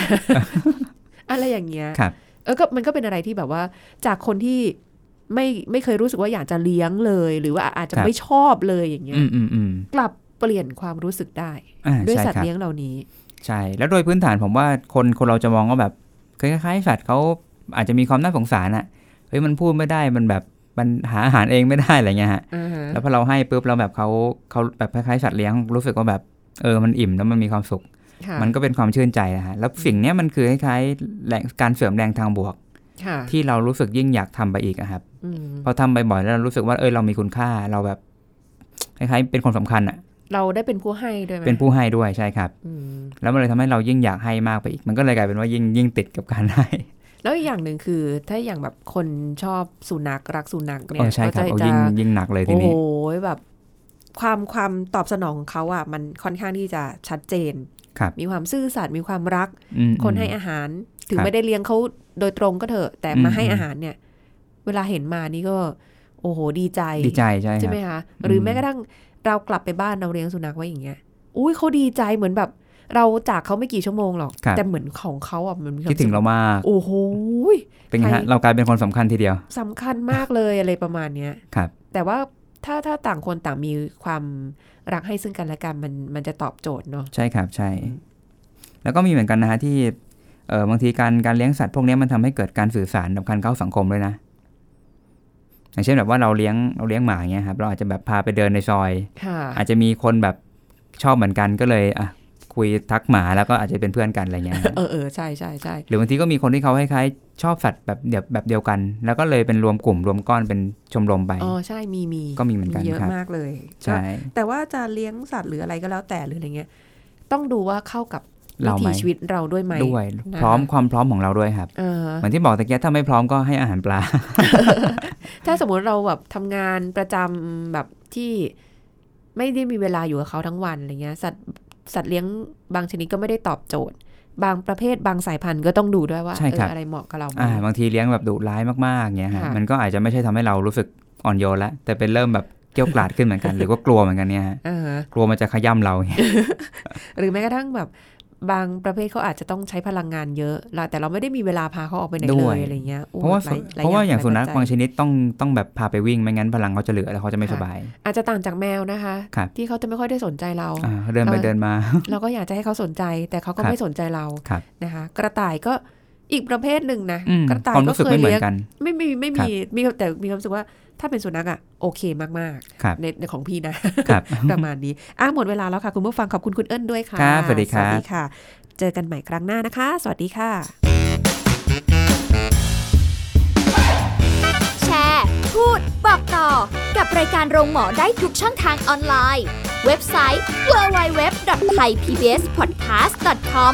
B: อะไรอย่างเงี้ย
C: ครับ
B: เออก็มันก็เป็นอะไรที่แบบว่า จากคนที่ไม่ไม่เคยรู้สึกว่าอยากจะเลี้ยงเลย หรือว่าอาจจะไม่ชอบเลยอย่างเงี้ย
C: อืมอืมอืม
B: กลับเปลี่ยนความรู้สึกได้
C: อ่า
B: ด้วย
C: ใช่
B: สัต
C: ค
B: ว์
C: รับ
B: เลี้ยงเหล่านี้
C: ใช่ แล้วโดยพื้นฐานผมว่าคนคนเราจะมองว่าแบบคล้ายๆสัตว์เขาอาจจะมีความน่าสงสารอะเฮ้ยมันพูดไม่ได้มันแบบมันหาอาหารเองไม่ได้อะไรเงี้ยฮะ
B: อ่าฮะ
C: แล้วพอเราให้ปุ๊บเราแบบเขาเขาแบบคล้ายๆสัตว์เลี้ยงรู้สึกว่าแบบเออมันอิ่มแล้วมันมีความสุข
B: ค่ะ
C: มันก็เป็นความชื่นใจนะฮะ แล้วสิ่งเนี้ยมันคือคล้ายๆแรงการเสริมแรงทางบวก
B: ค่ะ
C: ที่เรารู้สึกยิ่งอยากทำไปอีกอะครับ
B: อืม
C: พอทำบ่อยๆแล้วเรารู้สึกว่าเออเรามีคุณค่าเราแบบคล้ายๆเป็นคนสำคัญอะ
B: เราได้เป็นผู้ให้ด้วยไหม
C: เป็นผู้ให้ด้วยใช่ครับ
B: อืม
C: แล้วมันเลยทำให้เรายิ่งอยากให้มากไปอีก มันก็เลยกลายเป็นว่ายิ่งยิ่งติดกับการให้
B: แล้วอีกอย่างหนึ่งคือ ถ้าอย่างแบบคนชอบสุนัขรักสุนัขเนี่
C: เอย อใช่ครับ
B: ก็
C: เอา
B: จะ
C: ยิ่งยิ่งหนักเลยที
B: โอ้โห
C: นี้
B: แบบ ความความตอบสนองของเขาอ่ะมันค่อนข้างที่จะชัดเจน
C: ครับ
B: มีความซื่อสัตย์มีความรัก
C: อืม
B: คนให้อาหาร ถึง
C: ครับ
B: ไม่ได้เลี้ยงเขาโดยตรงก็เถอะ แต่
C: อืม
B: มาให้อาหารเนี่ย เวลาเห็นมานี่ก็ โอ้โห ดีใจ
C: ดีใจใช่ค
B: ใช่
C: รับ
B: ไหมคะหรืออ
C: ม
B: แม้กระทั่งเรากลับไปบ้านเราเลี้ยงสุนัขไว้อย่างเงี้ยอุ้ยเขาดีใจเหมือนแบบ เราจากเขาไม่กี่ชั่วโมงหรอกแต่เหมือนของเขาอ่ะมันมีวม
C: คิดถึง
B: สุข
C: เรามาก
B: โอ้โห
C: เป็นไง
B: ใคร
C: ฮะเรากลายเป็นคนสำคัญทีเดียว
B: สำคัญมากเลยอะไรประมาณเนี้ย
C: ครับ
B: แต่ว่าถ้าถ้าต่างคนต่างมีความรักให้ซึ่งกันและกันมันมันจะตอบโจทย์เนาะ
C: ใช่ครับใช่
B: อืม
C: แล้วก็มีเหมือนกันนะฮะที่เออบางทีการการเลี้ยงสัตว์พวกเนี้ยมันทำให้เกิดการสื่อสารกับการเข้าสังคมด้วยนะ อย่างเช่นแบบว่าเราเลี้ยงเราเลี้ยงหมาอย่างเงี้ยครับเราอาจจะแบบพาไปเดินในซอย
B: ค่ะ
C: อาจจะมีคนแบบชอบเหมือนกันก็เลยอ่ะคุยทักหมาแล้วก็อาจจะเป็นเพื่อนกันอะไรเงี้ยฮะ
B: เออเออใช่ใช่ใช่
C: หรือบางทีก็มีคนที่เขาคล้ายๆชอบสัตว์แบบเดียวแบบเดียวกัน แล้วก็เลยเป็นรวมกลุ่มรวมก้อนเป็นชมรมไป
B: อ๋อใช่มีมี
C: ก็มีเหมือนกัน
B: เยอะ
C: ครับ
B: มากเลย
C: ใช่
B: แต่ว่าจะเลี้ยงสัตว์หรืออะไรก็แล้วแต่หรืออะไรเงี้ยต้องดูว่าเข้ากับวิ
C: เราไหม
B: ถีชีวิตเราด้วยไหม
C: ด้วย
B: นะ
C: พร้อมความพร้อมของเราด้วยครับ
B: เออ
C: เหมือนที่บอกตะเกียบถ้าไม่พร้อมก็ให้อาหารปลา
B: ถ้าสมมติเราแบบทำงานประจำแบบที่ไม่ได้มีเวลาอยู่กับเขาทั้งวันอะไรเงี้ยสัตว์สัตว์เลี้ยงบางชนิดก็ไม่ได้ตอบโจทย์ บางประเภทบางสายพันธุ์ก็ต้องดูด้วยว่า
C: ใช่ครับ
B: เอออะไรเหมาะกับเราไหม
C: อ่าบางทีเลี้ยงแบบดุร้ายมากๆเงี้ยฮะ
B: ค่ะ
C: มันก็อาจจะไม่ใช่ทำให้เรารู้สึกอ่อนโยนละแต่เป็นเริ่มแบบเกรี้ยวกราดขึ้นเห มือนกัน หรือว่ากลัวเหมือนกันเนี่ยฮะ
B: เออก
C: ลัวมันจะขย่ำเราเงี้ย
B: หรือแม้กระทั่งแบบบางประเภทเขาอาจจะต้องใช้พลังงานเยอะเราแต่เราไม่ได้มีเวลาพาเขาออกไปไหนเลยอะไรเงี้ยโอ้
C: เพราะว่า
B: หลยหล
C: เพราะว่าอย่าง
B: หล
C: สุนัข
B: ปัจจั
C: บางชนิดต้องต้องแบบพาไปวิ่งไม่งั้นพลังเขาจะเหลือแล้วเขาจะไม่
B: ค่ะ
C: สบาย
B: อาจจะต่างจากแมวนะคะ
C: ครับ
B: ที่เขาจะไม่ค่อยได้สนใจเรา
C: อ่าเดินไป
B: เออ
C: เดินมา
B: เราก็อยากจะให้เขาสนใจ แต่เขาก็
C: ครับ
B: ไม่สนใจเรา
C: ครับ
B: นะคะ กระต่ายก็อีกประเภทหนึ่งนะ
C: อืม
B: กระต่าย
C: ความ
B: ก็
C: รู้สึก
B: เคย
C: ไม่เหมือ
B: เลี้ยง
C: นกัน
B: ไม่มีไม่มีมีแต่มีความรู้สึกว่าถ้าเป็นสุนัขอะโอเคมาก
C: ครับ
B: ๆในในของพี่นะ
C: ครับ
B: ประมาณนี้อ่ะหมดเวลาแล้วค่ะ คุณผู้ฟังขอบคุณคุณเอิญด้วยค่ะ
C: ครับสวัสดีครับ
B: สวัสดีค่ะ เจอกันใหม่ครั้งหน้านะคะ สวัสดีค่ะ
A: แชร์ พูด บอกต่อ กับรายการโรงหมอได้ทุกช่องทางออนไลน์ เว็บไซต์ www.thaipbspodcast.com